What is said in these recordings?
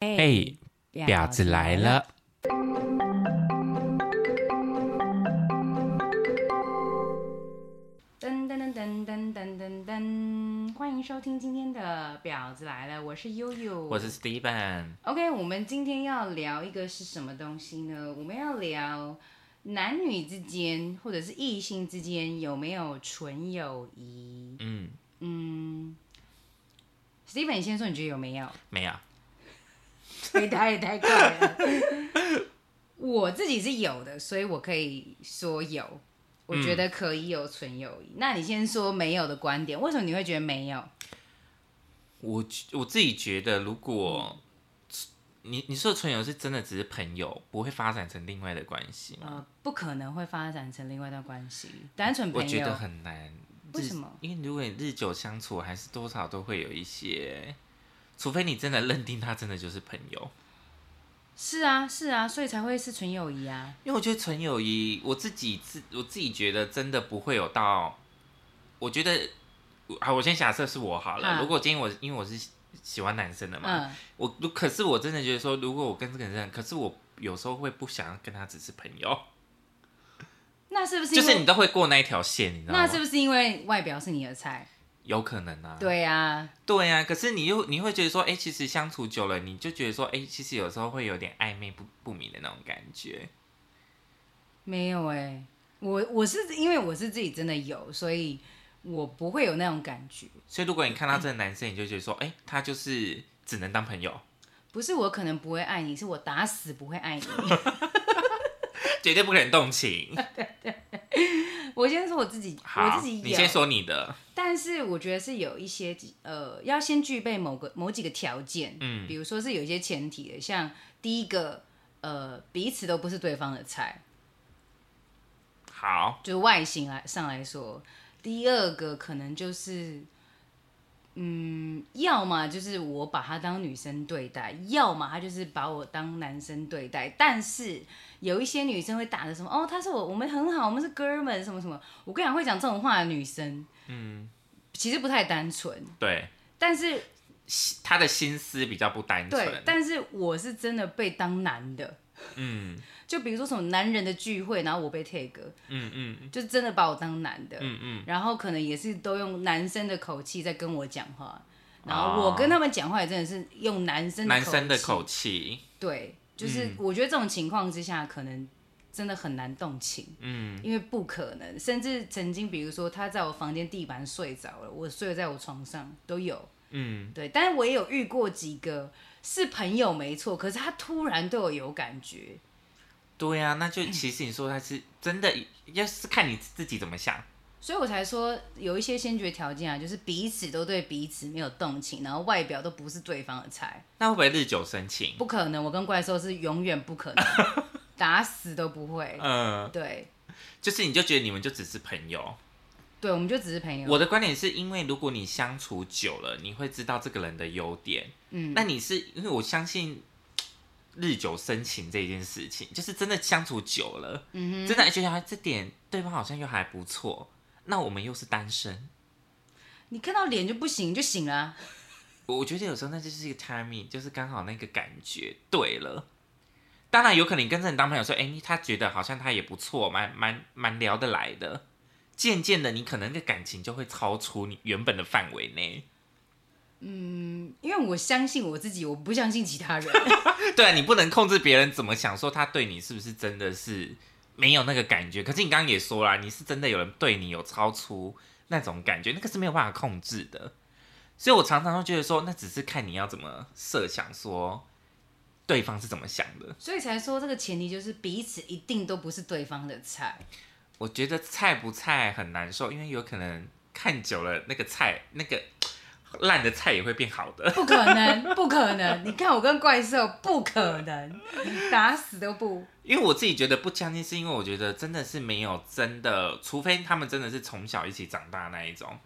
哎，婊子来了！噔噔噔噔噔噔噔噔，欢迎收听今天的《婊子来了》，我是悠悠，我是 Steven。 OK。我们今天要聊一个是什么东西呢？我们要聊男女之间或者是异性之间有没有纯友谊？嗯，嗯，Steven 你先说，你觉得有没 有？没有，回答也太快了。 我自己是有的，所以我可以说有，我觉得可以有纯友谊。那你先说没有的观点，为什么你会觉得没有？我我自己觉得，如果你你说的纯友是真的只是朋友，不会发展成另外的关系吗？呃，不可能会发展成另外一段关系，单纯我朋觉得友。很难。为日什么？因为如果你日久相处，还是多少都会有一些，除非你真的认定他真的就是朋友。是啊，是啊，所以才会是纯友谊啊。因为我觉得纯友谊，我自己自我自己觉得真的不会有到，我觉得，好，我先假设是我好了。嗯如果今天我因为我是喜喜欢男生的嘛，嗯，我如可是我真的觉得说，如果我跟这个人，可是我有时候会不想跟他只是朋友，那是不是就因为是你都会过那一条线，你知道吗？那是不是因为外表是你的菜？有可能啊，对啊，对啊。可是你又你会觉得说，哎、其实相处久了，你就觉得说，哎、其实有时候会有点暧昧不不明的那种感觉。没有哎、我我是因为我是自己真的有，所以我不会有那种感觉。所以如果你看到这个男生，你就觉得说，哎、他就是只能当朋友。不是我可能不会爱你，是我打死不会爱你。 绝对不可能动情。我先说我自己，呃我好，自己你有，先说你的。但是我觉得是有一些呃，要先具备某个某几个条件，嗯比如说是有一些前提的，像第一个，呃，彼此都不是对方的菜，好，就是外形来上来说，第二个可能就是。嗯，要么就是我把他当女生对待，要么他就是把我当男生对待。但是有一些女生会打着什么哦，他是我，我们很好，我们是哥们，什么什么。我跟你讲，会讲这种话的女生，嗯，其实不太单纯。对，但是心他的心思比较不单对纯，。但是我是真的被当男的，嗯就比如说什么男人的聚会，然后我被 tag，嗯嗯就是真的把我当男的。嗯嗯，然后可能也是都用男生的口气在跟我讲话，然哦后我跟他们讲话也真的是用男生的男生的气口气，对，就是嗯我觉得这种情况之下，可能真的很难动情，嗯，因为不可能，甚至曾经比如说他在我房间地板睡着了，我睡在我床上都有，嗯，对，但是我也有遇过几个是朋友没错，可是他突然对我有感觉，对呀、那 就其实你说他是真的，要是看你自己怎么想。所以我才说有一些先决条件啊，就是彼此都对彼此没有动情，然后外表都不是对方的菜，那会不会日久生情？不可能。我跟怪兽是永远不可能，打死都不会。嗯，对就是你就觉得你们就只是朋友。对，我们就只是朋友。我的观点是因为如果你相处久了，你会知道这个人的优点。嗯，那你是因为我相信日久生情这件事情，就是真的相处久了，嗯真的觉得啊这点对方好像又还不错。那我们又是单身，你看到脸就不行就醒了啊、我我觉得有时候那就是一个 timing，就是刚好那个感觉对了。当然有可能你跟这人当朋友说，哎、你他觉得好像他也不错，蛮蛮蛮聊得来的。渐渐的，你可能的感情就会超出你原本的范围内。因为我相信我自己，我不相信其他人。 对啊，你不能控制别人怎么想，说他对你是不是真的是没有那个感觉。可是你刚刚也说啊啦，你是真的有人对你有超出那种感觉，那个是没有办法控制的。所以我常常会觉得说，那只是看你要怎么设想，说对方是怎么想的。所以才说这个前提就是彼此一定都不是对方的菜。我觉得菜不菜很难受，因为有可能看久了那个菜那个烂的菜也会变好的。不可能，不可能！你看我跟怪兽，不可能，打死都不。因为我自己觉得不相信，是因为我觉得真的是没有真的，除非他们真的是从小一起长大那一种。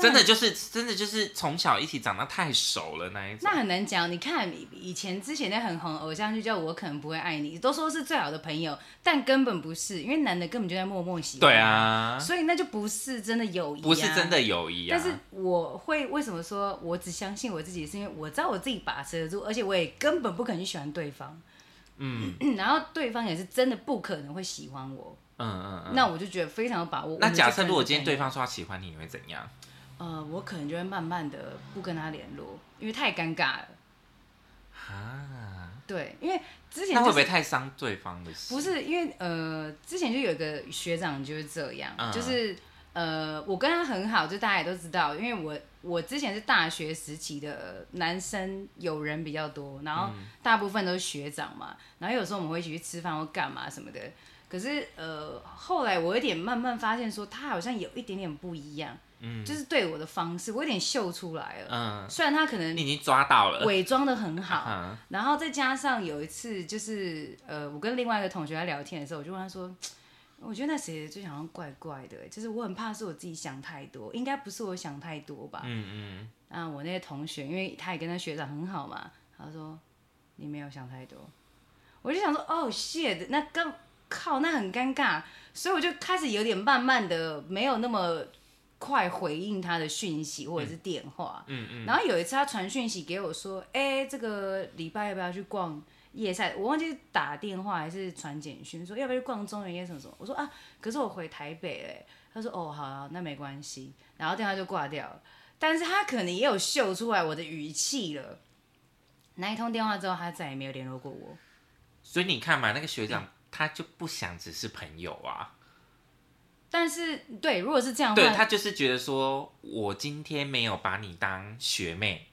真的就是真的就是从小一起长大太熟了那一种那。很难讲。你看以前之前的很红的偶像剧叫《我可能不会爱你》，都说是最好的朋友，但根本不是，因为男的根本就在默默喜欢。对，啊，所以那就不是真的友谊、啊，不是真的友谊啊但。是我会为什么说我只相信我自己，是因为我知道我自己把持得住，而且我也根本不可能去喜欢对方，嗯 然后对方也是真的不可能会喜欢我，嗯嗯嗯。那我就觉得非常有把握。那我们假就真设的如果是今天朋对友，方说他喜欢你，你会怎样？呃，我可能就会慢慢的不跟他联络，因为太尴尬了。啊，对，因为之前、就是、那会不会太伤对方的心？不，是因为呃，之前就有一个学长就是这样，嗯就是呃，我跟他很好，就大家也都知道，因为我我之前是大学时期的呃男生友人比较多，然嗯后大部分都是学长嘛，然后有时候我们会一起去吃饭或干嘛什么的。可是呃，后来我有点慢慢发现说，他好像有一点点不一样，嗯就是对我的方式，我有点秀出来了。嗯，虽然他可你能已经抓到了。伪装的很好，嗯然后再加上有一次，就是呃，我跟另外一个同学在聊天的时候，我就问他说：“我觉得那谁最好像怪怪的、欸就是我很怕是我自己想太多，应该不是我想太多吧？”嗯嗯，啊，我那些同学，因为他也跟他学长很好嘛，他说你没有想太多，我就想说哦 shit，那刚靠，那很尴尬，所以我就开始有点慢慢的没有那么快回应他的讯息或者是电话，嗯嗯，然后有一次他传讯息给我说，哎、这个礼拜要不要去逛？夜赛，我忘记是打电话还是传简讯，说要不要去逛中原夜什么什么。我说啊，可是我回台北嘞、他说哦，好、啊，那没关系。然后电话就挂掉了。但是他可能也有秀出来我的语气了。那一通电话之后，他再也没有联络过我。所以你看嘛，那个学长他就不想只是朋友啊，但是，对，如果是这样的对话，他就是觉得说，我今天没有把你当学妹，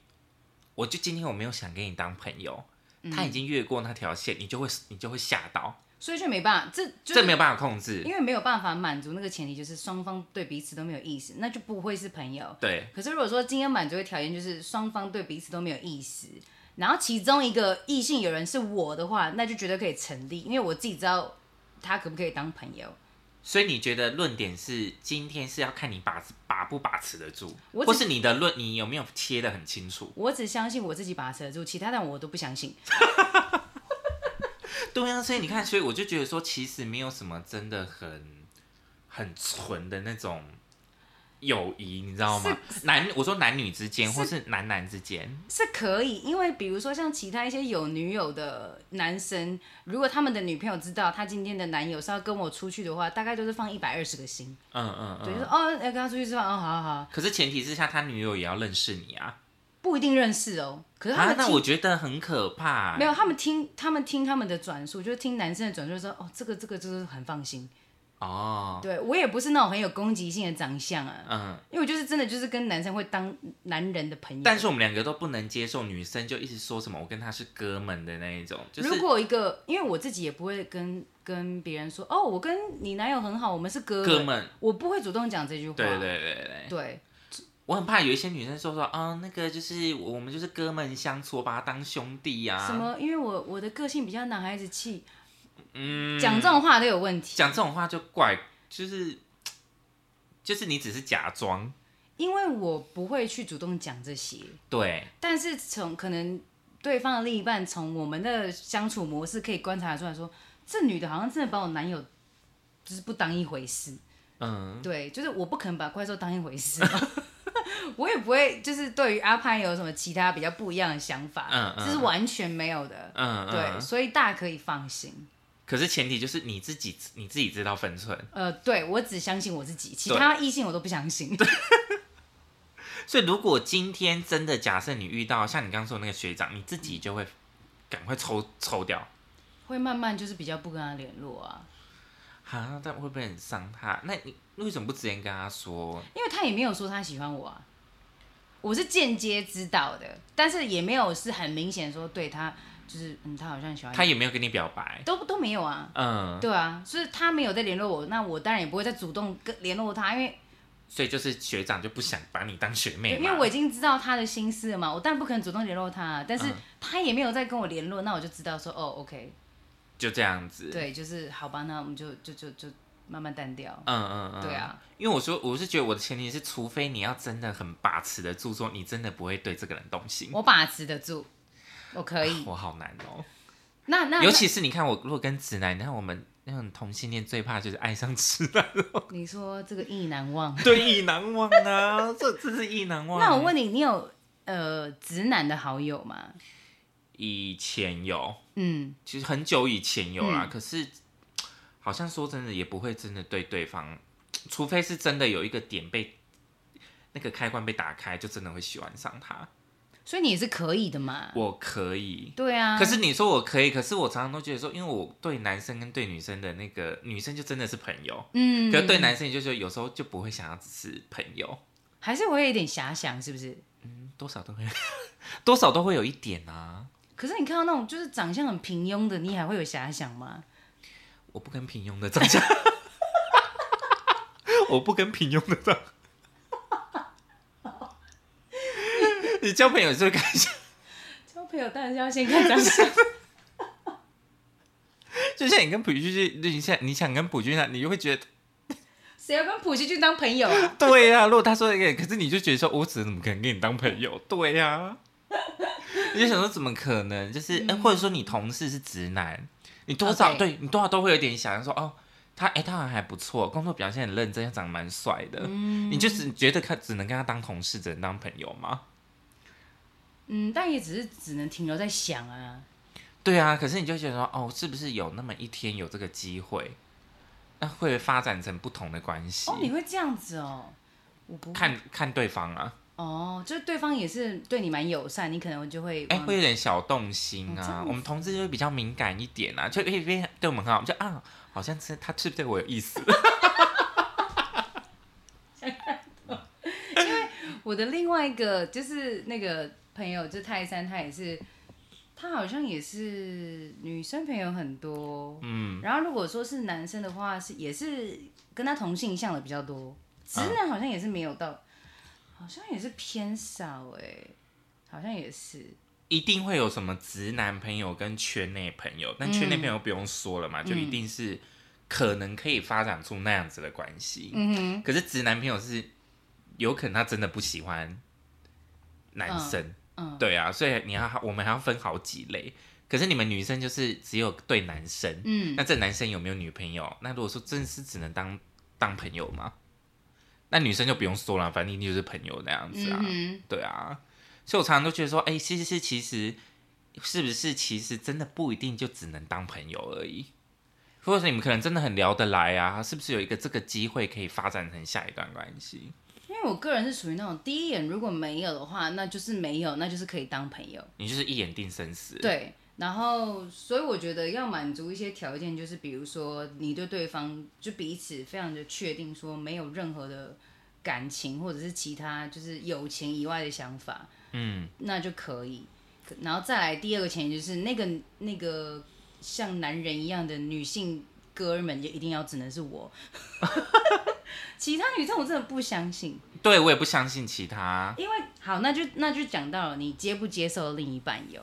我就今天我没有想跟你当朋友。嗯他已经越过那条线，你就会你就会吓到，所以就没办法，这就是这没有办法控制。因为没有办法满足那个前提，就是双方对彼此都没有意思，那就不会是朋友。对，可是如果说今天满足的条件就是双方对彼此都没有意思，然后其中一个异性有人是我的话，那就觉得可以成立，因为我自己知道他可不可以当朋友。所以你觉得论点是今天是要看你把把不把持得住，我只或是你的论你有没有切得很清楚？我只相信我自己把持得住，其他的我都不相信。对啊，所以你看，所以我就觉得说，其实没有什么真的很很纯的那种友谊，你知道吗？男，我说男女之间，或是男男之间，是可以，因为比如说像其他一些有女友的男生，如果他们的女朋友知道他今天的男友是要跟我出去的话，大概就是放一百二十个心，嗯嗯对，嗯。就说哦要跟他出去吃饭，哦好好好，可是前提之下，他女友也要认识你啊！不一定认识哦。可是他啊，们那听、我觉得很可怕、没有，他们听他们听他们的转述，就是听男生的转述说哦这个这个就是很放心。哦，对我也不是那种很有攻击性的长相啊，嗯。因为我就是真的就是跟男生会当男人的朋友。但是我们两个都不能接受女生就一直说什么我跟他是哥们的那一种，就是如果一个，因为我自己也不会跟跟别人说哦，我跟你男友很好，我们是哥哥们。我不会主动讲这句话。对对对对，对我很怕有一些女生说说啊、那个就是我们就是哥们相处，我把他当兄弟啊呀、什么？因为我我的个性比较男孩子气，嗯，讲、这种话都有问题。讲这种话就怪，就是就是你只是假装，因为我不会去主动讲这些，对但是从可能对方的另一半从我们的相处模式可以观察出来说，这女的好像真的把我男友就是不当一回事。嗯，对，就是我不可能把怪兽当一回事 嘛，我也不会就是对于阿潘有什么其他比较不一样的想法，嗯嗯这是完全没有的。嗯嗯，对，所以大家可以放心。可是前提就是你自己你自己知道分寸，呃，对我只相信我自己，其对他异性我都不相信。 所以如果今天真的假设你遇到像你刚刚说的那个学长，你自己就会赶快抽抽掉。会慢慢就是比较不跟他联络啊，啊，但会不会很伤他？那你为什么不直接跟他说？因为他也没有说他喜欢我啊，我是间接知道的，但是也没有是很明显说对他就是嗯，他好像喜欢他你，也没有跟你表白，都都没有啊。嗯，对啊，所以他没有再联络我，那我当然也不会再主动跟联络他，因为所以就是学长就不想把你当学妹因嘛，为我已经知道他的心思了嘛，我当然不可能主动联络他，但是嗯他也没有再跟我联络，那我就知道说哦，OK，就这样子，对，就是好吧，那我们就就就就慢慢淡掉。嗯嗯嗯，对。啊，因为我说，我是觉得我的前提是，除非你要真的很把持得住，说你真的不会对这个人动心。我把持得住，我可以。嗯 我好难哦、那那尤其是你看我，如果跟直男，你看我们那种同性恋最怕就是爱上直男，那你说这个意难忘，对意难忘啊， 这这是意难忘。那我，问你，你有呃直男的好友吗？以前有，嗯，其实很久以前有啦，嗯可是好像说真的也不会真的对对方，除非是真的有一个点被那个开关被打开，就真的会喜欢上他。所以你也是可以的嘛。我可以。对啊，可是你说我可以，可是我常常都觉得说，因为我对男生跟对女生的那个女生就真的是朋友，嗯，可是对男生就是有时候就不会想要只是朋友，还是我有一点遐想，是不是？多少都会 多少都会有一点啊。可是你看到那种就是长相很平庸的，你还会有遐想吗？我不跟平庸的长相， 我不跟平庸的长。你交朋友就看一下，交朋友当然是要先看长相， 就像你跟朴叙俊，你想你想跟朴俊啊，你就会觉得谁要跟普希俊当朋友啊？ 对呀、啊。如果他说一个，可是你就觉得说，我只怎么可能跟你当朋友？对呀、你就想说怎么可能？就是、呃或者说你同事是直男，你多少嗯 OK 对你多少都会有点想要说哦，他哎、他好像还不错，工作表现很认真，长得蛮帅的。你就只觉得他只能跟他当同事，只能当朋友吗？嗯，但也只是只能停留在想啊。对啊，可是你就觉得说，哦，是不是有那么一天有这个机会，那会发展成不同的关系？哦，你会这样子哦？我不看看对方啊，哦，就是对方也是对你蛮友善，你可能就会哎、往会有点小动心哦这啊。样子我们同志就会比较敏感一点啊，就一边对我们很好，我们就啊，好像是他是不是对我有意思？我的另外一个就是那个朋友，就泰山，他也是，他好像也是女生朋友很多，嗯，然后如果说是男生的话，是也是跟他同性向的比较多，直男好像也是没有到，好像也是偏少哎、好像也是，一定会有什么直男朋友跟圈内朋友，但嗯圈内朋友不用说了嘛，就一定是可能可以发展出那样子的关系。嗯可是直男朋友是有可能他真的不喜欢男生，嗯嗯对啊，所以你要我们还要分好几类。可是你们女生就是只有对男生，嗯，那这男生有没有女朋友？那如果说真是只能当当朋友吗？那女生就不用说了，反正一定就是朋友那样子啊，嗯对啊。所以我常常都觉得说，哎、其实是其实是不是其实真的不一定就只能当朋友而已，或者是你们可能真的很聊得来啊，是不是有一个这个机会可以发展成下一段关系？哼，因为我个人是属于那种第一眼如果没有的话，那就是没有，那就是可以当朋友。你就是一眼定生死，对，然后所以我觉得要满足一些条件，就是比如说你对对方就彼此非常的确定，说没有任何的感情或者是其他就是友情以外的想法，嗯，那就可以。可然后再来第二个前提就是那个那个像男人一样的女性哥们就一定要只能是我， 其他女生我真的不相信。对我也不相信其他，因为好，那就那就讲到了你接不接受另一半有，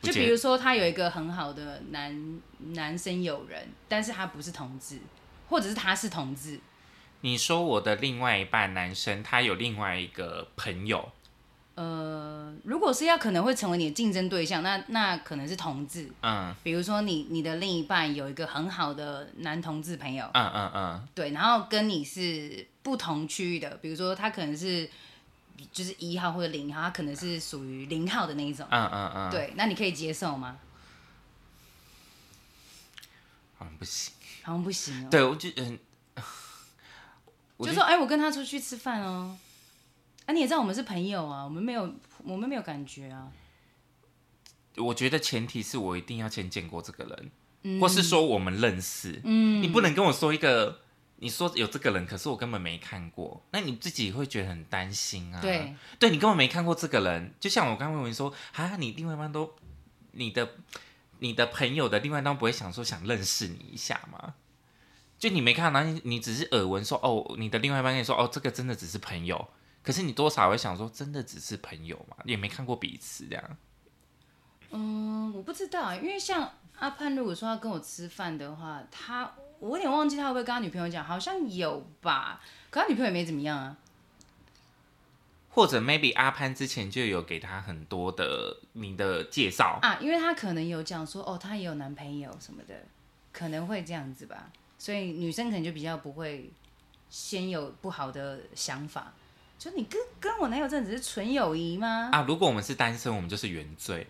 不就接比如说他有一个很好的男男生友人，但是他不是同志，或者是他是同志，你说我的另外一半男生，他有另外一个朋友，呃，如果是要可能会成为你的竞争对象，那那可能是同志，嗯比如说你你的另一半有一个很好的男同志朋友，嗯嗯嗯，对，然后跟你是不同区域的，比如说他可能是就是一号或者零号，他可能是属于零号的那一种，嗯嗯嗯，，对，那你可以接受吗？好像不行。好像不行哦。对，我就嗯，我就就说哎、我跟他出去吃饭哦。啊，你也知道我们是朋友啊，我们没有，我们没有感觉啊。我觉得前提是我一定要先见过这个人，或是说我们认识。嗯，你不能跟我说一个。你说有这个人，可是我根本没看过，那你自己会觉得很担心啊。对，对你根本没看过这个人，就像我刚刚问你说，啊，你另外一半都，你的你的朋友的另外一半不会想说想认识你一下吗？就你没看到，然后你你只是耳闻说，哦，你的另外一半跟你说，哦，这个真的只是朋友，可是你多少会想说，真的只是朋友嘛，也没看过彼此这样。嗯，我不知道啊，因为像阿潘，如果说要跟我吃饭的话，他我有点忘记他会不会跟他女朋友讲，好像有吧，可他女朋友也没怎么样啊。或者 maybe 阿潘之前就有给他很多的你的介绍，啊，因为她可能有讲说哦，她也有男朋友什么的，可能会这样子吧。所以女生可能就比较不会先有不好的想法，就你跟跟我男友这只是纯友谊吗？啊，如果我们是单身，我们就是原罪。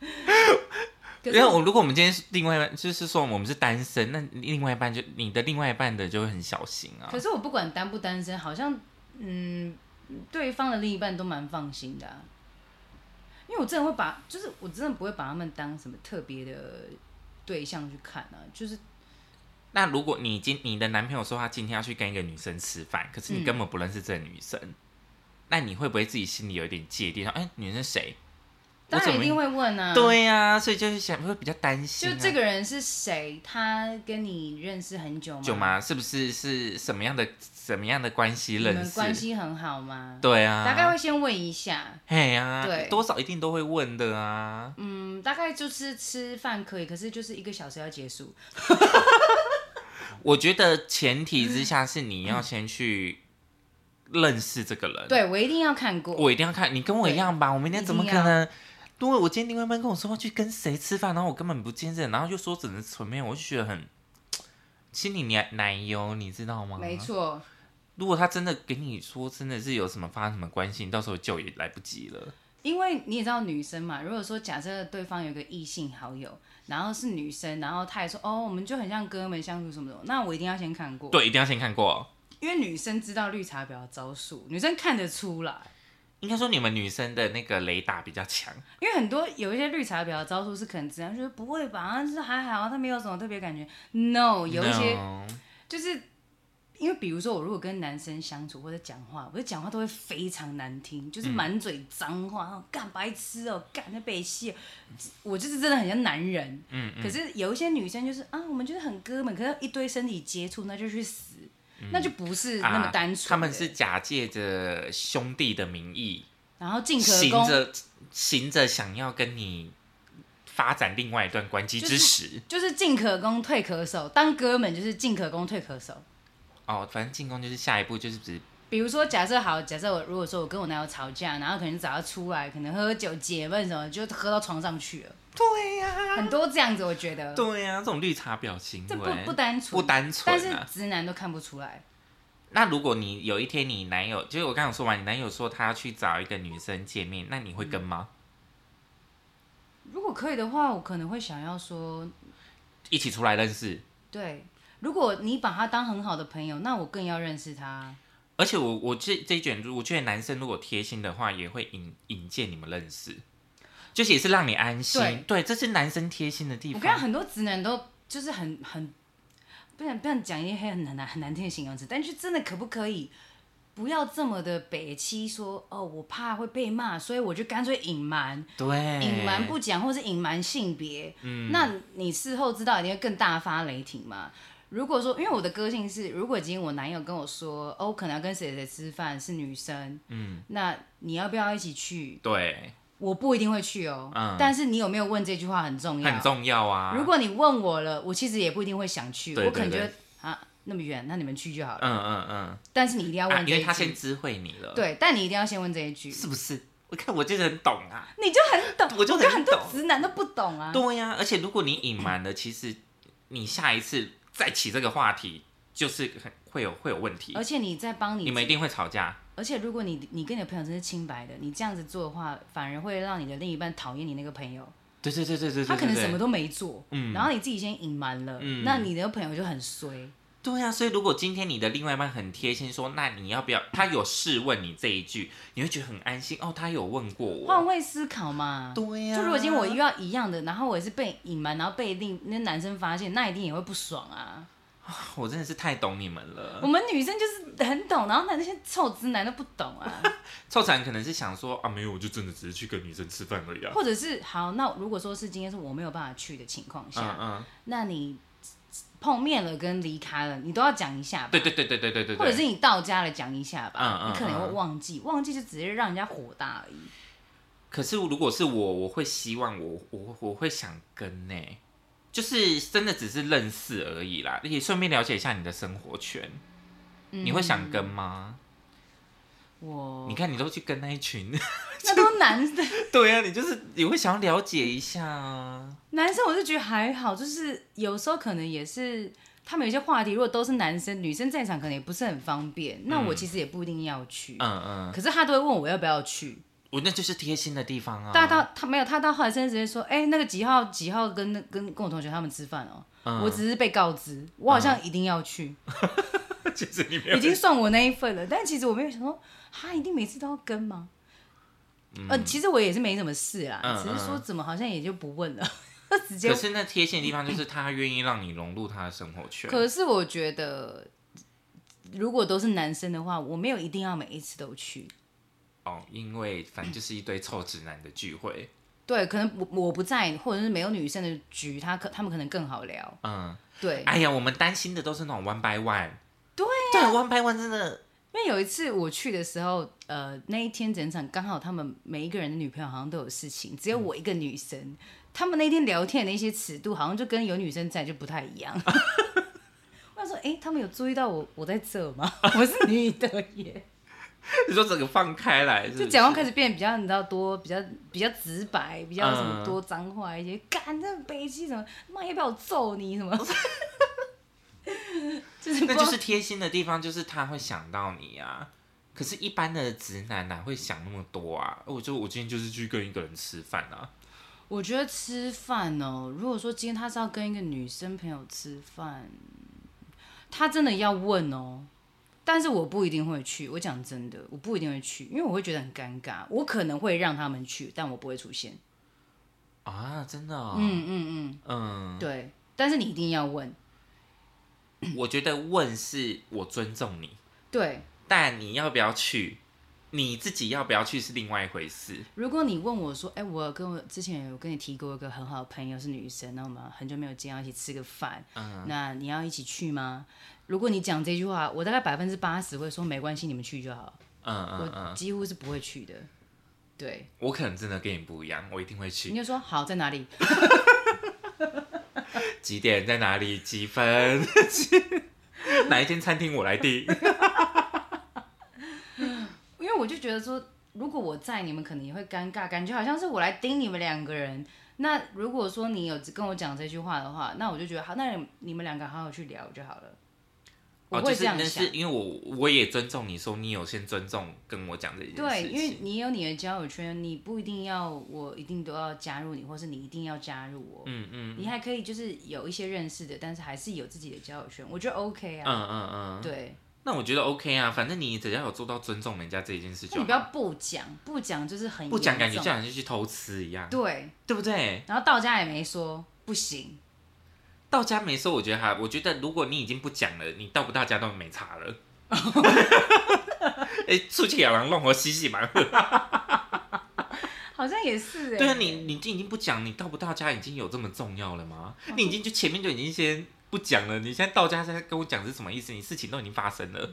可因是为我如果我们今天是另外一半，就是说我们是单身，那你另外一半就你的另外一半的就会很小心啊可。是我不管单不单身，好像嗯，对方的另一半都蛮放心的啊、因为我真的会把，就是我真的不会把他们当什么特别的对象去看啊，就是那如果你今你的男朋友说他今天要去跟一个女生吃饭，可是你嗯根本不认识这个女生，那你会不会自己心里有一点芥蒂？说，哎、女生谁？我当怎然么一定会问啊，对呀、所以就是想会比较担心、就啊。这个人是谁？他跟你认识很久吗？舅妈是不是是什么样的什么样的关系你认们识？关系很好吗？对啊，大概会先问一下，嘿呀、对多少一定都会问的啊。嗯，大概就是吃饭可以，可是就是一个小时要结束。我觉得前提之嗯下是你要先去认识这个人。，对我一定要看过，我一定要看你跟我一样吧，我明天怎么可能？因为我今天另外一半跟我说哦要去跟谁吃饭，然后我根本不见人，然后就说只能纯面，我就觉得很心里奶奶油，你知道吗？没。错，如果他真的给你说真的是有什么发生什么关系，你到时候救也来不及了。因为你也知道女生嘛，如果说假设对方有一个异性好友，然后是女生，然后她也说哦，我们就很像哥们相处什么的，那我一定要先看过，，对，一定要先看过。因为女生知道绿茶婊的招数，女生看得出来。应该说你们女生的那个雷达比较强。因为很多有一些绿茶婊的招数是可能这样，就是不会吧，啊就是还好啊，他没有什么特别感觉。No，有一些 No 就是因为比如说我如果跟男生相处或者讲话，我的讲话都会非常难听，嗯就是满嘴脏话，然后干白痴哦、干那被戏，我就是真的很像男人。嗯嗯可是有一些女生就是啊，我们就是很哥们，可是一堆身体接触那就去死，那就不是那么单纯、嗯啊他们是，假借着兄弟的名义，然后进可行攻，着行着想要跟你发展另外一段关系之时，就是进可攻退可守，当哥们就是进可攻退可守。哦，反正进攻就是下一步就是指比如说，假设好，假设我如果说我跟我男友吵架，然后可能找他出来，可能喝酒解闷什么，就喝到床上去了，对呀、很多这样子，我觉得对啊呀、这种绿茶婊行嗯这不为不单纯，不单纯、但啊，是直男都看不出来。那如果你有一天你男友，就是我刚刚有说完，你男友说他要去找一个女生见面，那你会嗯跟吗？如果可以的话，我可能会想要说，一起出来认识？对，如果你把他当很好的朋友，那我更要认识他。而且我我这这一卷，我觉得男生如果贴心的话，也会引引荐你们认识，就是也是让你安心。对，对这是男生贴心的地我方。跟你讲，很多直男都就是很很，不想不想讲一些很很难很难听的形容词，但是真的可不可以不要这么的北欺说哦，我怕会被骂，所以我就干脆隐瞒，对隐瞒不啊讲，或是隐瞒性别。嗯，那你事后知道一定会更大发雷霆嘛？如果说，因为我的个性是，如果今天我男友跟我说，哦，我可能要跟谁谁吃饭，是女生，嗯，那你要不要一起去？对，我不一定会去哦，嗯但是你有没有问这句话很重要，很重要啊。如果你问我了，我其实也不一定会想去，对我可能对对觉得啊那么远，那你们去就好了。嗯嗯嗯，但是你一定要啊问因这一为句，他先知会你了，，对，但你一定要先问这一句，是不是？我看我就是很懂啊。你就很懂，我就很很多懂直男都不懂啊。对呀、而且如果你隐瞒了，其实你下一次再起这个话题，就是很会有会有问题而，且你在帮你，你们一定会吵架。而且如果你你跟你的朋友真是清白的，你这样子做的话，反而会让你的另一半讨厌你那个朋友，对对对对对对，他可能对什么都没做，嗯然后你自己先隐瞒了，嗯那你的朋友就很衰。对呀、所以如果今天你的另外一半很贴心说，那你要不要？他有试问你这一句，你会觉得很安心哦。他有问过换我，位思考嘛，对呀、就如果今天我又要一样的，然后我也是被隐瞒，然后被另那男生发现，那一定也会不爽啊。我真的是太懂你们了 我。们女生就是很懂，然后那些臭直男都不懂 啊，臭男可能是想说啊，没有，我就真的只是去跟女生吃饭而已啊。或者是好，那如果说是今天是我没有办法去的情况下，嗯嗯，那你碰面了跟离开了，你都要讲一下吧，嗯对对对对对对对或者对。是你到家了讲一下吧，嗯嗯你可能嗯会忘记，忘记就直接让人家火大而已。可是如果是我，我会希望我我我会想跟呢、就是真的只是认识而已啦，也顺便了解一下你的生活圈。嗯你会想跟吗？我哦你看你都去跟那一群，那都男 的 对啊，你就是你会想要了解一下啊。男生，我是觉得还好，就是有时候可能也是他们有些话题，如果都是男生，女生在场可能也不是很方便，那我其实也不一定要去，嗯嗯，可是他都会问我要不要去，我那就是贴心的地方啊。 大到他没有，他到后来甚至直接说，哎、那个几号几号跟那跟跟我同学他们吃饭哦、嗯我只是被告知，我好像一定要去， 其实你没有已经算我那一份了。但其实我没有想说，他一定每次都要跟吗？呃，其实我也是没什么事啦，嗯只是说嗯怎么好像也就不问 了，直接可。是那贴心的地方就是他愿意让你融入他的生活圈。可是我觉得，如果都是男生的话，我没有一定要每一次都去。哦，因为反正就是一堆臭直男的聚会。对，可能我我不在，或者是没有女生的局，他可他们可能更好聊。嗯，对，哎呀，我们担心的都是那种 one by one。对、啊对，one 啊 by one 真的，因为有一次我去的时候，呃，那一天整场刚好他们每一个人的女朋友好像都有事情，只有我一个女生。他们那天聊天的一些尺度，好像就跟有女生在就不太一样。 我想说，哎、他们有注意到我我在这吗？ 我是女的耶，你说整个放开来是不是就讲话开始变得比较你知道多比较比较直白，比较什么嗯多脏话一些，干这北气什么，妈要不要我揍你什么，就是不那知道就是贴心的地方，就是他会想到你啊。可是，一般的直男哪会想那么多啊？我就我今天就是去跟一个人吃饭啊，我觉得吃饭哦，如果说今天他是要跟一个女生朋友吃饭，他真的要问哦。但是我不一定会去，我讲真的，我不一定会去，因为我会觉得很尴尬。我可能会让他们去，但我不会出现。啊，真的、哦，嗯嗯嗯对，但是你一定要问。嗯，我觉得问是我尊重你，对，但你要不要去，你自己要不要去是另外一回事。如果你问我说，哎、我跟我之前有跟你提过一个很好的朋友是女生，那我们很久没有见，要一起吃个饭，嗯那你要一起去吗？如果你讲这句话，我大概百分之八十会说没关系，你们去就好。嗯嗯我嗯，几乎是不会去的。对，我可能真的跟你不一样，我一定会去你。就说好在哪里？几点在哪里？几分？ 哪一间餐厅我来订？因为我就觉得说，如果我在，你们可能也会尴尬，感觉好像是我来盯你们两个人。那如果说你有跟我讲这句话的话，那我就觉得好，那你你们两个好好去聊就好了。 我哦，会就这是样那想。是因为我我也尊重你说你有先尊重跟我讲这件事情。对，因为你有你的交友圈，你不一定要我一定都要加入你，或是你一定要加入我。嗯嗯你还可以就是有一些认识的，但是还是有自己的交友圈，我觉得 OK 嗯嗯啊。嗯，对，那我觉得 OK 啊，反正你只要有做到尊重人家这一件事那你就不要好。不讲，不讲就是很不讲，严感觉重就好像去偷吃一样，对，对不对？然后到家也没说不行，到家没收，我觉得还，我觉得如果你已经不讲了，你到不到家都没差了。哎、出去野狼弄我洗洗嘛。好像也是哎、对啊，你你已经不讲，你到不到家已经有这么重要了吗？嗯你已经就前面就已经先不讲了，你现在到家现在跟我讲是什么意思？你事情都已经发生了，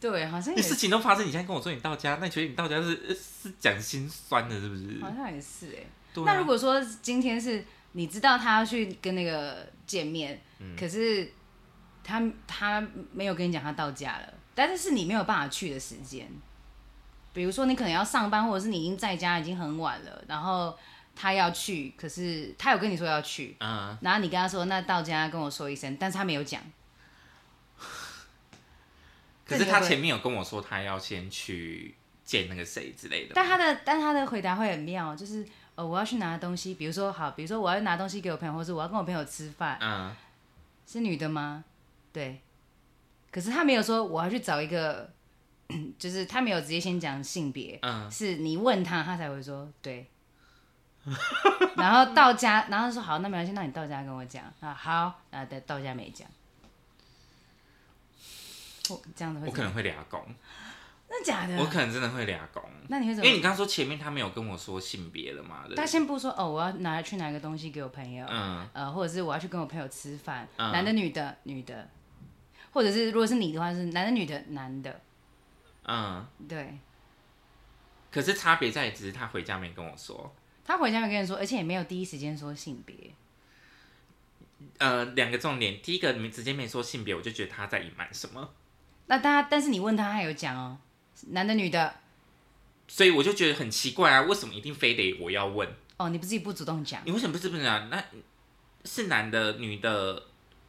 对，好像你也事是，情都发生，你现在跟我说你到家，那你觉得你到家是呃是讲心酸的，是不是？好像也是哎、对、啊。那如果说今天是你知道他要去跟那个见面，嗯可是他他没有跟你讲他到家了，但是是你没有办法去的时间，比如说你可能要上班，或者是你已经在家已经很晚了，然后他要去，可是他有跟你说要去，嗯，然后你跟他说那到家跟我说一声，但是他没有讲。可是他前面有跟我说他要先去见那个谁之类的但吗，他的但他的回答会很妙，就是呃，我要去拿东西，比如说好，比如说我要拿东西给我朋友，或者我要跟我朋友吃饭，嗯，是女的吗？对。可是他没有说我要去找一个，就是他没有直接先讲性别，嗯是你问他，他才会说对。然后到家，然后他说好，那没关系，那你到家跟我讲啊，好，啊，到到家没讲。我这样子会我怎可么能会俩拱，真的假我的？可能真的会俩拱，那你会因怎么为？你刚刚说前面他没有跟我说性别了嘛，对不他对？先不说哦，我要拿去拿个东西给我朋友，嗯，呃，或者是我要去跟我朋友吃饭，嗯男的、女的、女的，或者是如果是你的话是男的、女的、男的，嗯，对。可是差别在于只是他回家没跟我说，他回家没跟你说，而且也没有第一时间说性别，呃，两个重点，第一个你们直接没说性别，我就觉得他在隐瞒什么，那大家，但是你问他，他有讲哦，男的女的所以我就觉得很奇怪啊，为什么一定非得我要问？哦，你不自己不主动讲，你为什么不是不能讲？那是男的、女的，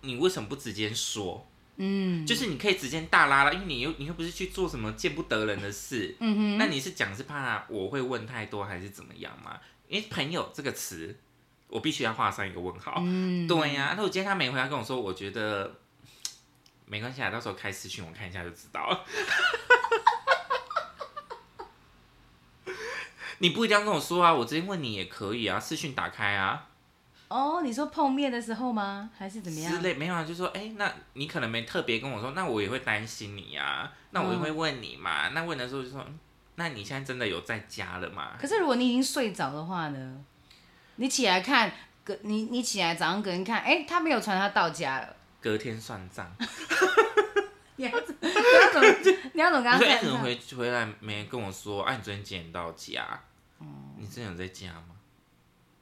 你为什么不直接说？嗯，就是你可以直接大拉拉，因为你又你又不是去做什么见不得人的事。嗯哼，那你是讲是怕我会问太多，还是怎么样吗？因为“朋友”这个词，我必须要画上一个问号。嗯，对呀、那我今天他没回来跟我说，我觉得嘖没关系啊，到时候开私讯我看一下就知道了。 你不一定要跟我说啊，我直接问你也可以啊，私讯打开啊哦，你说碰面的时候吗？还是怎么之样？类，没有啊，就说哎、那你可能没特别跟我说，那我也会担心你啊，那我也嗯会问你嘛，那问的时候就说，嗯那你现在真的有在家了吗？可是如果你已经睡着的话呢？你起来看，隔你你起来早上隔天看，哎、他没有传，他到家了。隔天算账，你要怎 你要怎么你要怎么你 跟他说哎、算你怎么账？回回来没跟我说？哎、你昨天几点到家？哦你真的有在家吗？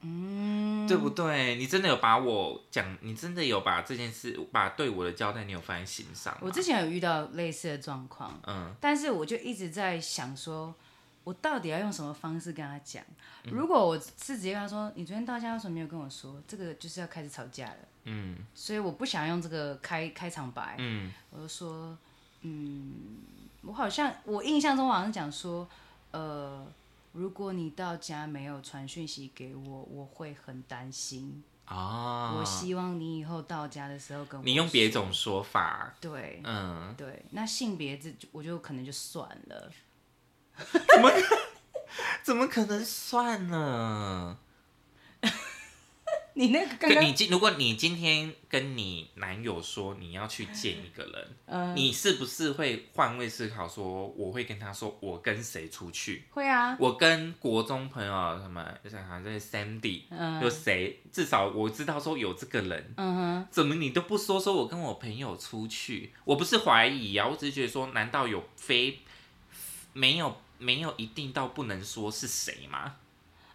嗯，对不对？你真的有把我讲，你真的有把这件事，把对我的交代，你有放在心上吗？我之前有遇到类似的状况，嗯，但是我就一直在想说，我到底要用什么方式跟他讲？如果我是直接跟他说，你昨天到家为什么没有跟我说？这个就是要开始吵架了。嗯，所以我不想用这个开开场白。嗯，我就说，嗯，我好像我印象中我好像讲说，呃，如果你到家没有传讯息给我，我会很担心。哦我，希望你以后到家的时候跟我你用别说种说法，对。嗯，对，那性别这我就可能就算了。怎么可能算呢？你那个刚可刚你今如果你今天跟你男友说你要去见一个人，嗯你是不是会换位思考说，我会跟他说我跟谁出去？会啊，我跟国中朋友啊什么，像好像是 Sandy，、嗯有谁？至少我知道说有这个人，嗯哼，怎么你都不说说我跟我朋友出去？我不是怀疑啊，我只是觉得说，难道有非没有没有一定到不能说是谁吗？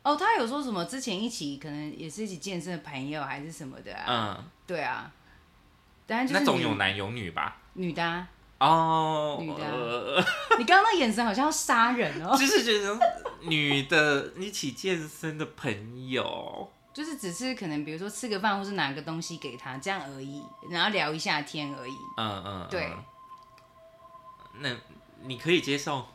哦，他有说什么之前一起可能也是一起健身的朋友还是什么的啊？嗯，对啊，当然就那是女总有男有女吧？女的、啊，哦，女的啊呃你刚刚那眼神好像要杀人 哦，就是觉得女的一起健身的朋友，就是只是可能比如说吃个饭或是拿个东西给他这样而已，然后聊一下天而已。嗯嗯，对嗯，那你可以接受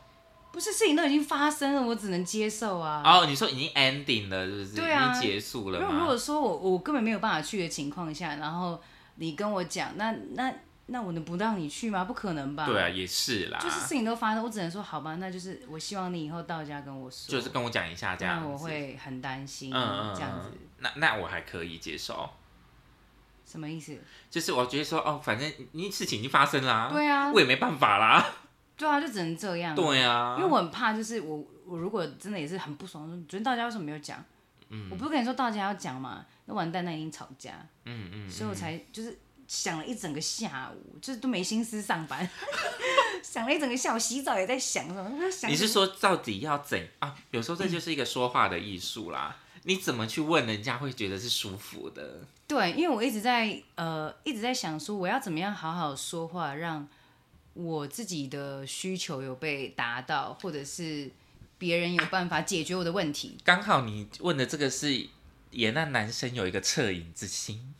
不是事情都已经发生了，我只能接受啊。哦？你说已经 ending 了，是不是？对啊已经结束了因为如吗？果说我我根本没有办法去的情况下，然后你跟我讲，那那那我能不让你去吗？不可能吧？对啊，也是啦，就是事情都发生，我只能说好吧，那就是我希望你以后到家跟我说，就是跟我讲一下这样那子，我会很担心，嗯嗯嗯这样子那那我还可以接受，什么意思？就是我觉得说哦，反正你事情已经发生啦，对啊我，也没办法啦，对啊，就只能这样，对啊，因为我很怕，就是我我如果真的也是很不爽，说你昨天到家为什么没有讲？我不是跟你说到家要讲嘛，那完蛋，那一定吵架，嗯嗯，所以我才就是想了一整个下午，就是都没心思上班， 想了一整个下午，洗澡也在想什么？想嗯你什是么说到底要怎啊？有时候这就是一个说话的艺术啦，你怎么去问人家会觉得是舒服的？对，因为我一直在呃一直在想说，我要怎么样好好说话，让我自己的需求有被达到，或者是别人有办法解决我的问题。刚好你问的这个是也让男生有一个恻隐之心，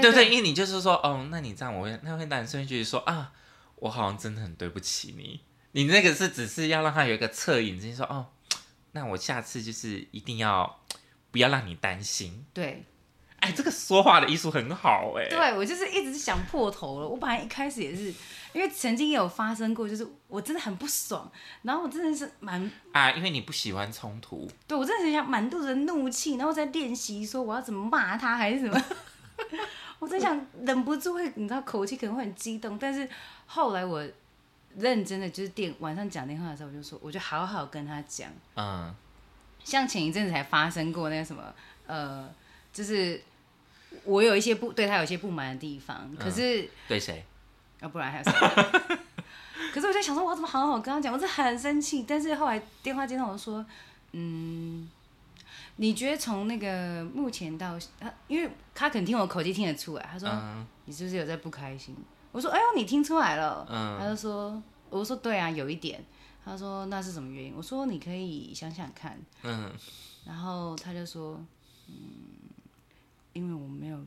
对对不对，因为你就是说哦，那你这样我会那会男生觉得说啊，我好像真的很对不起你，你那个是只是要让他有一个恻隐之心，说哦，那我下次就是一定要不要让你担心。对哎，这个说话的艺术很好哎、对，我就是一直是想破头了。我本来一开始也是，因为曾经也有发生过，就是我真的很不爽，然后我真的是满啊，因为你不喜欢冲突，对我真的很想满肚子的怒气，然后在练习说我要怎么骂他还是什么， 我真想忍不住会，你知道口气可能会很激动，但是后来我认真的就是电晚上讲电话的时候，我就说我就好好跟他讲，嗯，像前一阵子才发生过那个什么，呃，就是我有一些不对他有一些不满的地方，可是。对谁？要、啊不然还有谁？ 可是我在想说，我要怎么好好跟他讲？我是很生气，但是后来电话接通，我就说，嗯，你觉得从那个目前到，啊因为他肯定听我口气听得出来，他说、嗯你是不是有在不开心？我说哎呦，你听出来了。嗯他就说，我说对啊，有一点。他说那是什么原因？我说你可以想想看。嗯，然后他就说，嗯，因为我没有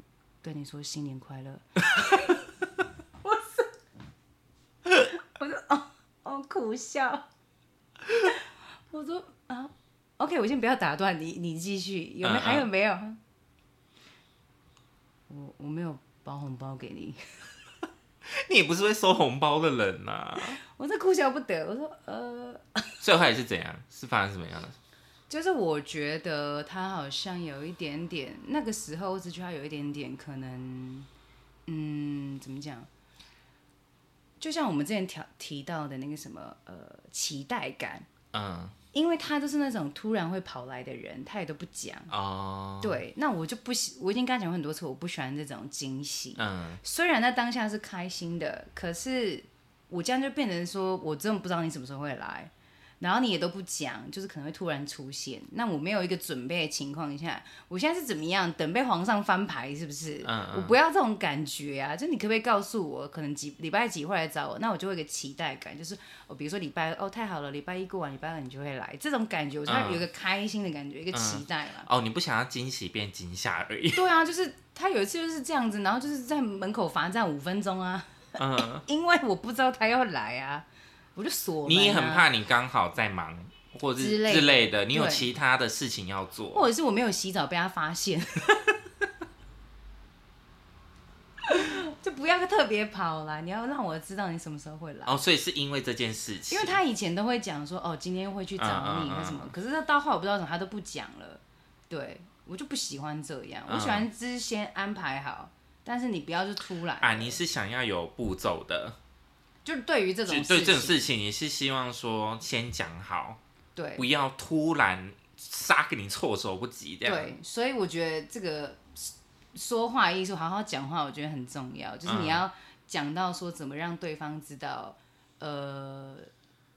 跟你说新年快 乐。我是， 我说哦哦苦笑。我说啊，OK，我先不要打断你，你继续，有没有、嗯嗯还有没有？我我没有包红包给你，你也不是会收红包的人呐、我这哭笑不得。我说呃，最后也是怎样？是发生什么样的？就是我觉得他好像有一点点，那个时候我只觉得他有一点点可能，嗯，怎么讲？就像我们之前调提到的那个什么呃期待感，嗯，因为他就是那种突然会跑来的人，他也都不讲。哦，，对，那我就不喜，我已经跟他讲过很多次，我不喜欢这种惊喜。嗯，虽然在当下是开心的，可是我这样就变成说，我真的不知道你什么时候会来，然后你也都不讲，就是可能会突然出现。那我没有一个准备的情况下，我现在是怎么样？等被皇上翻牌是不是？嗯嗯我不要这种感觉啊！就你可不可以告诉我，可能几礼拜几会来找我？那我就会有一个期待感，就是哦，比如说礼拜哦太好了，礼拜一过完，礼拜二你就会来，这种感觉，我才嗯有一个开心的感觉，一个期待啦。哦，你不想要惊喜变惊吓而已。对啊，就是他有一次就是这样子，然后就是在门口罚站五分钟啊。嗯， 因为我不知道他要来啊，我就锁、啊。你也很，怕你刚好在忙，或者之类的之类的，你有对其他的事情要做。或者是我没有洗澡被他发现， 就不要特别跑啦，你要让我知道你什么时候会来。哦，所以是因为这件事情，因为他以前都会讲说，哦，今天会去找嗯嗯你嗯或什么，可是他到后来我不知道为什么他都不讲了，对我就不喜欢这样，我喜欢之先安排好，但是你不要就突然啊，你是想要有步骤的，就对于这种就事对情，这种事情，你是希望说先讲好，对不要突然杀给你措手不及这样。对，所以我觉得这个说话艺术，好好讲话，我觉得很重要。就是嗯你要讲到说怎么让对方知道，呃，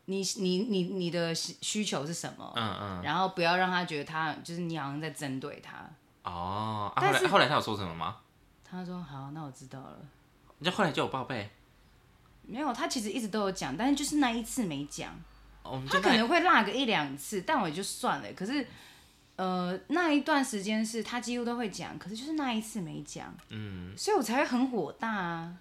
你你你你的需需求是什么，嗯嗯，然后不要让他觉得他就是你好像在针对他。哦，啊、后但来是后来他有说什么吗？他说好，那我知道了。你就后来就有报备，没有，他其实一直都有讲，但是就是那一次没讲。哦，你他就可那能会落个一两次，但我也就算了。可是，呃，那一段时间是他几乎都会讲，可是就是那一次没讲，嗯，所以我才会很火大啊。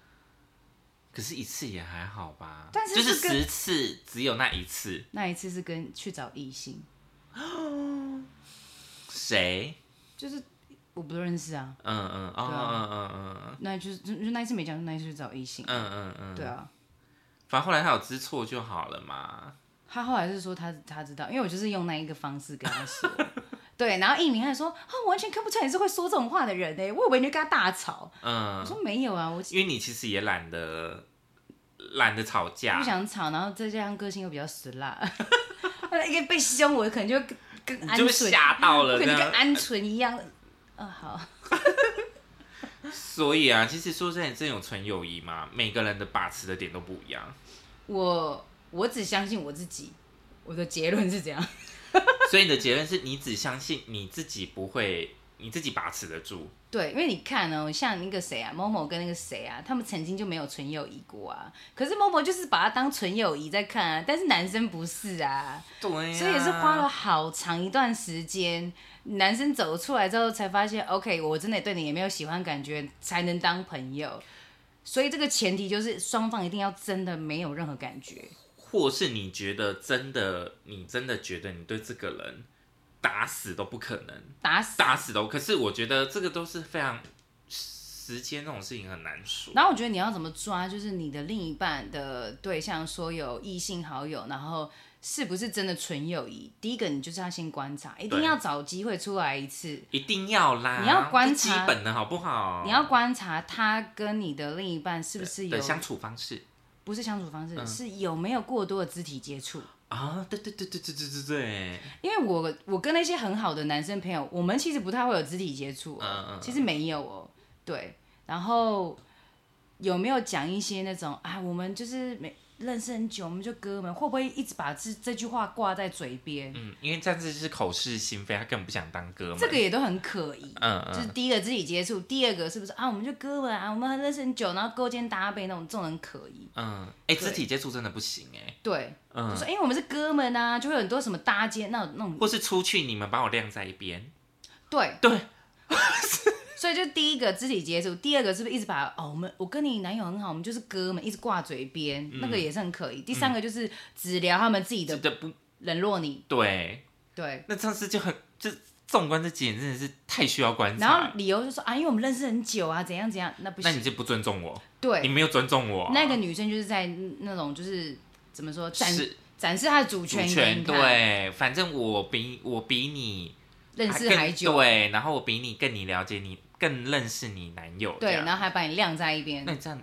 可是一次也还好吧，但是就是跟十次只有那一次，那一次是跟去找异性，谁？就是我不认识啊，嗯嗯哦对啊嗯嗯嗯嗯那就是就就那一次没讲，就那一次去找异性。嗯嗯嗯，对啊，反正后来他有知错就好了嘛。他后来是说他他知道，因为我就是用那一个方式跟他说。 对，然后艺明还说啊，我完全看不出来你是会说这种话的人呢，欸我以为你会跟他大吵。我嗯，说没有啊，我因为你其实也懒得懒得吵架不，想吵，然后再加上个性又比较死辣， 一个被凶我可能就会跟跟你鹌就被鹑，吓啊到我 了可这能跟样。鹌鹑一样。嗯、好，所以啊，其实说真的，这种纯友谊嘛，每个人的把持的点都不一样。 我我只相信我自己，我的结论是这样。 所以你的结论是你只相信你自己不会，你自己把持得住。对，因为你看哦，像那个谁啊，某某跟那个谁啊，他们曾经就没有纯友谊过啊。可是某某就是把它当纯友谊在看啊，但是男生不是啊，对、所以也是花了。好长一段时间，男生走出来之后才发现，OK，我真的对你也没有喜欢感觉，才能当朋友。所以这个前提就是双方一定要真的没有任何感觉，或是你觉得真的，你真的觉得你对这个人打死都不可能，打死。打死都。可是我觉得这个都是非常时间这种事情很难说。然后我觉得你要怎么抓，就是你的另一半的对象说有异性好友，然后是不是真的纯友谊？第一个你就是要先观察，一定要找机会出来一次，一定要啦，你要观察这基本的好不好？你要观察他跟你的另一半是不是有的相处方式不是相处方式，嗯是有没有过多的肢体接触。啊，对对对对对对对对，因为我我跟那些很好的男生朋友，我们其实不太会有肢体接触、哦，嗯嗯其实没有哦，对。然后有没有讲一些那种啊，我们就是每认识很久，我们就哥们，会不会一直把这这句话挂在嘴边？嗯，因为这样子是口是心非，他根本不想当哥们。这个也都很可疑。嗯就是嗯，第一个肢体接触，第二个是不是啊？我们就哥们啊，我们认识很久，然后勾肩搭背那种，这种很可疑。嗯，哎、对肢体接触真的不行哎、对，就嗯，说哎、我们是哥们啊，就会有很多什么搭肩那种那种。或是出去你们把我晾在一边，对对， 所以就第一个肢体接触，第二个是不是一直把哦，我们我跟你男友很好，我们就是哥们，一直挂嘴边，嗯那个也是很可疑。第三个就是只聊他们自己这的，这不冷落你，对，对。那这样子就很这纵观这几点真的是太需要观然后察，理由就说啊，因为我们认识很久啊，怎样怎样，那不那你行。就不尊重我，你对，没有尊重我啊，那个女生就是在那种就是怎么说展是展示她的主主权给权你看，对，反正我比我比你认识更还久，对，然后我比你更你了解你，更认识你男友，对，这样然后还把你晾在一边那，你这样，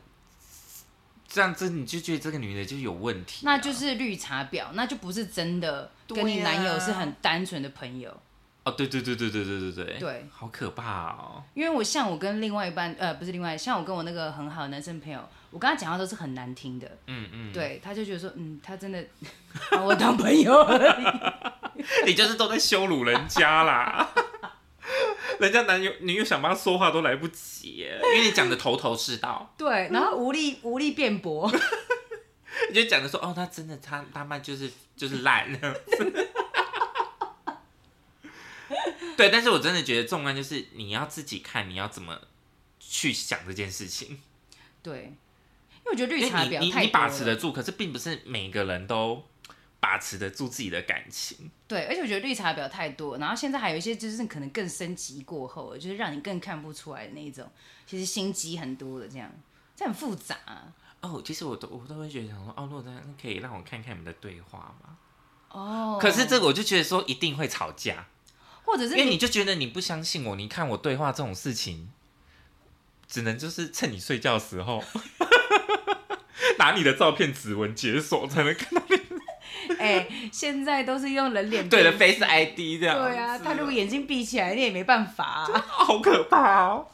这样这你就觉得这个女的就有问题啊、那就是绿茶婊，那就不是真的跟你对啊男友是很单纯的朋友。哦，对对对对对对对对对好可怕哦，因为我像我跟另外一半，呃，不是另外，像我跟我那个很好的男生朋友，我跟他讲话都是很难听的，嗯嗯，对，他就觉得说，嗯，他真的 把我当朋友而已，你就是都在羞辱人家啦。 人家男友女友想帮他说话都来不及耶，因为你讲的头头是道，对，然后无力无力辩驳， 你就讲的说哦，他真的他他妈就是就是烂， 对，但是我真的觉得纵观就是你要自己看你要怎么去想这件事情，对，因为我觉得绿因茶为哎你婊你太你多把持得了，住，可是并不是每个人都把持得住自己的感情。对，而且我觉得绿茶婊太多，然后现在还有一些就是可能更升级过后了，就是让你更看不出来的那一种，其实心机很多的这样，这很复杂啊、哦，其实我都我都会觉得想说，哦，如果这样，那可以让我看看你们的对话吗？哦，可是这个我就觉得说一定会吵架，或者因是 为你就觉得你不相信我，你看我对话这种事情，只能就是趁你睡觉的时候， 拿你的照片指纹解锁才能看到。哎、现在都是用人脸对辨了，Face ID 这样子。对啊，他如果眼睛闭起来，你也没办法、啊。好可怕哦，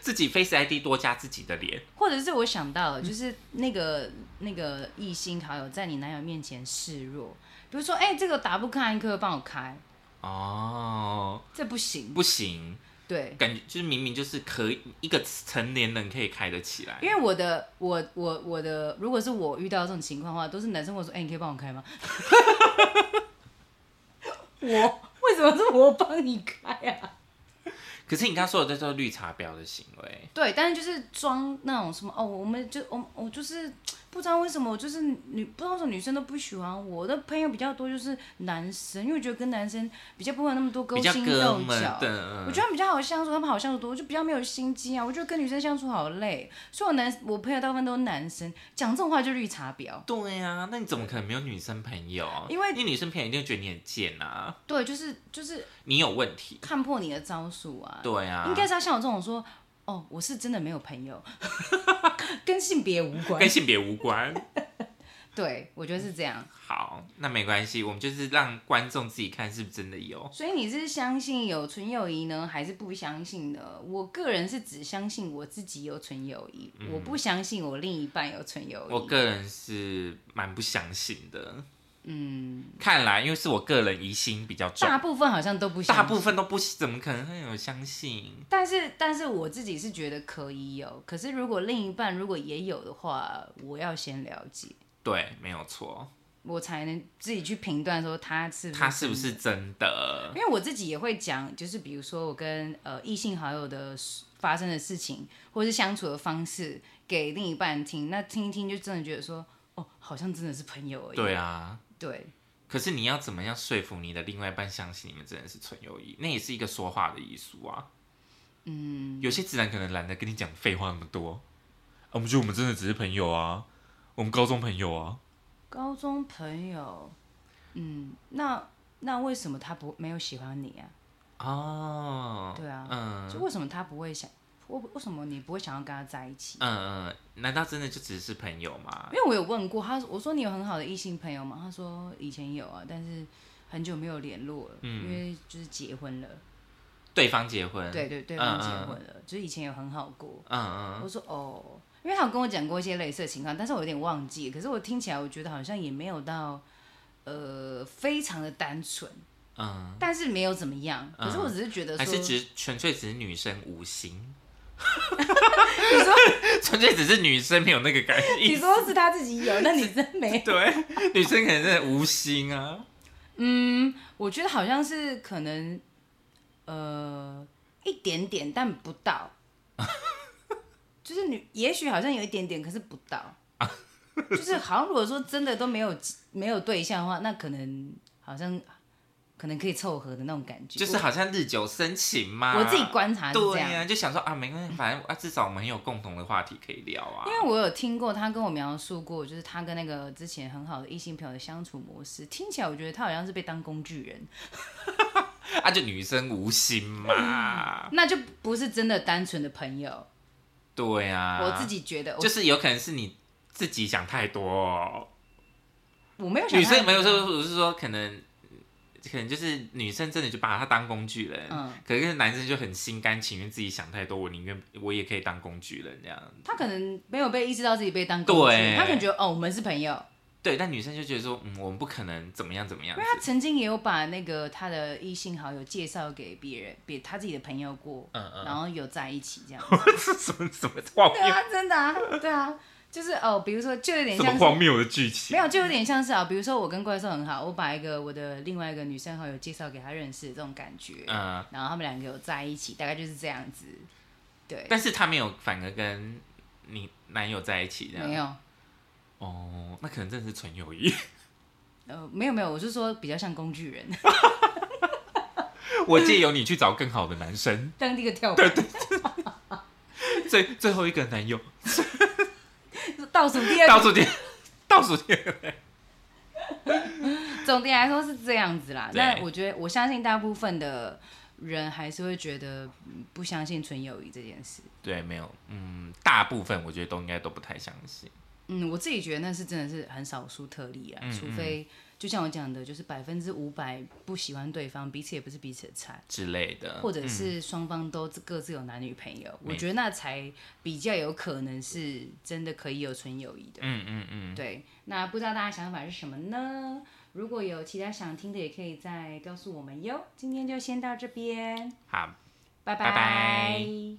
自己 Face ID 多加自己的脸，或者是我想到嗯了，就是那个那个异性好友在你男友面前示弱，比如说，哎、这个打不开，你可不可以帮我开？哦，这不行，不行。对，感觉就是明明就是可以一个成年人可以开得起来因，为我的我我我的，如果是我遇到这种情况的话，都是男生跟我说，哎、你可以帮我开吗？ 我为什么是我帮你开啊？可是你刚刚说的这都是绿茶婊的行为，对，但是就是装那种什么哦，我们就我我就是不知道为什么，我就是女不知道为什么女生都不喜欢我。我的朋友比较多就是男生，因为我觉得跟男生比较不会有那么多勾比较心哥斗们嗯角。的，我觉得他们比较好相处，他们好相处多，我就比较没有心机啊。我觉得跟女生相处好累，所以我男我朋友大部分都是男生，讲这种话就绿茶婊。对啊，那你怎么可能没有女生朋友？因为你女生朋友一定会觉得你很贱啊，对，就是就是你有问题。看破你的招数啊。对啊，应该是要像我这种说，哦，我是真的没有朋友， 跟性别无关跟。性别无关。 对，我觉得是这样。好，那没关系，我们就是让观众自己看是不是真的有。所以你是相信有纯友谊呢，还是不相信呢？我个人是只相信我自己有纯友谊，我不相信我另一半有纯友嗯谊。我个人是蛮不相信的，嗯，看来因为是我个人疑心比较重，大部分好像都不相信，大部分都不怎么可能会有相信。但是但是我自己是觉得可以有，可是如果另一半如果也有的话，我要先了解，对，没有错，我才能自己去评断说他是不是他是不是真的？因为我自己也会讲，就是比如说我跟呃异性好友的发生的事情，或是相处的方式给另一半听，那听一听就真的觉得说，哦，好像真的是朋友而已。对啊，对可是你要怎么样说服你的另外一半相信你们真的是纯友谊？那也是一个说话的艺术啊。嗯，有些直男可能懒得跟你讲废话那么多，啊我们觉得我们真的只是朋友啊，我们高中朋友啊。高中朋友，嗯，那那为什么他不没有喜欢你啊？哦，对啊，嗯就为什么他不会想，为为什么你不会想要跟他在一起？嗯嗯，难道真的就只是朋友吗因？为我有问过他，我说你有很好的异性朋友吗？他说以前有啊，但是很久没有联络了，嗯因为就是结婚了。对方结婚，对对，对方结嗯嗯婚了，就是以前有很好过。嗯嗯，我说哦，因为他有跟我讲过一些类似的情况，但是我有点忘记。可是我听起来，我觉得好像也没有到呃非常的单纯，嗯，但是没有怎么样。嗯可是我只是觉得还说，是只纯粹只是女生无心， 你说 纯粹只是女生没有那个感你应。说是他自己有，那你真没有对，女生可能真的无心啊。嗯，我觉得好像是可能，呃，一点点，但不到， 就是女，也许好像有一点点，可是不到，啊就是好像如果说真的都没有没有对象的话，那可能好像可能可以凑合的那种感觉，就是好像日久生情嘛。我我自己观察是这对样。呀、就想说啊，没关系，反正啊，至少我们很有共同的话题可以聊啊因。为我有听过他跟我描述过，就是他跟那个之前很好的异性朋友的相处模式，听起来我觉得他好像是被当工具人，啊，就女生无心嘛。那就不是真的单纯的朋友。对啊，我自己觉得，我就是有可能是你自己想太多、哦。我没有想女太生没有多说，我是说可能，可能就是女生真的就把他当工具人，嗯可是男生就很心甘情愿自己想太多，我宁愿我也可以当工具人这样。他可能没有被意识到自己被当工具人，对他可能觉得哦，我们是朋友，对，但女生就觉得说，嗯，我们不可能怎么样怎么样因为。他曾经也有把那个他的异性好友介绍给别人，别他自己的朋友过，嗯嗯然后有在一起这样。 这 什么什么荒对啊，真的啊，对啊，就是哦，比如说就有点什么像是。荒谬的剧情没？有，就有点像是啊，比如说我跟怪兽很好，我把一个我的另外一个女生好友介绍给他认识，这种感觉，嗯、然后他们两个有在一起，大概就是这样子，对，但是她没有反而跟你男友在一起这样。没有，哦，那可能真的是纯友 谊。呃，没有没有，我是说比较像工具人，我借由你去找更好的男 生，当地个跳板，最最后一个男友，倒数第二个倒数第倒数第 二总的来说是这样子啦。对那我觉得，我相信大部分的人还是会觉得嗯不相信纯友谊这件事。对，没有，嗯，大部分我觉得都应该都不太相信。嗯，我自己觉得那是真的是很少数特例啊，嗯除非就像我讲的，就是百分之五百不喜欢对方，彼此也不是彼此的菜，之类的，或者是双方都各自有男女朋友，没我觉得那才比较有可能是真的可以有纯友谊的。嗯嗯嗯，对，那不知道大家想法是什么呢？如果有其他想听的，也可以再告诉我们哟。今天就先到这边。好，拜拜拜。拜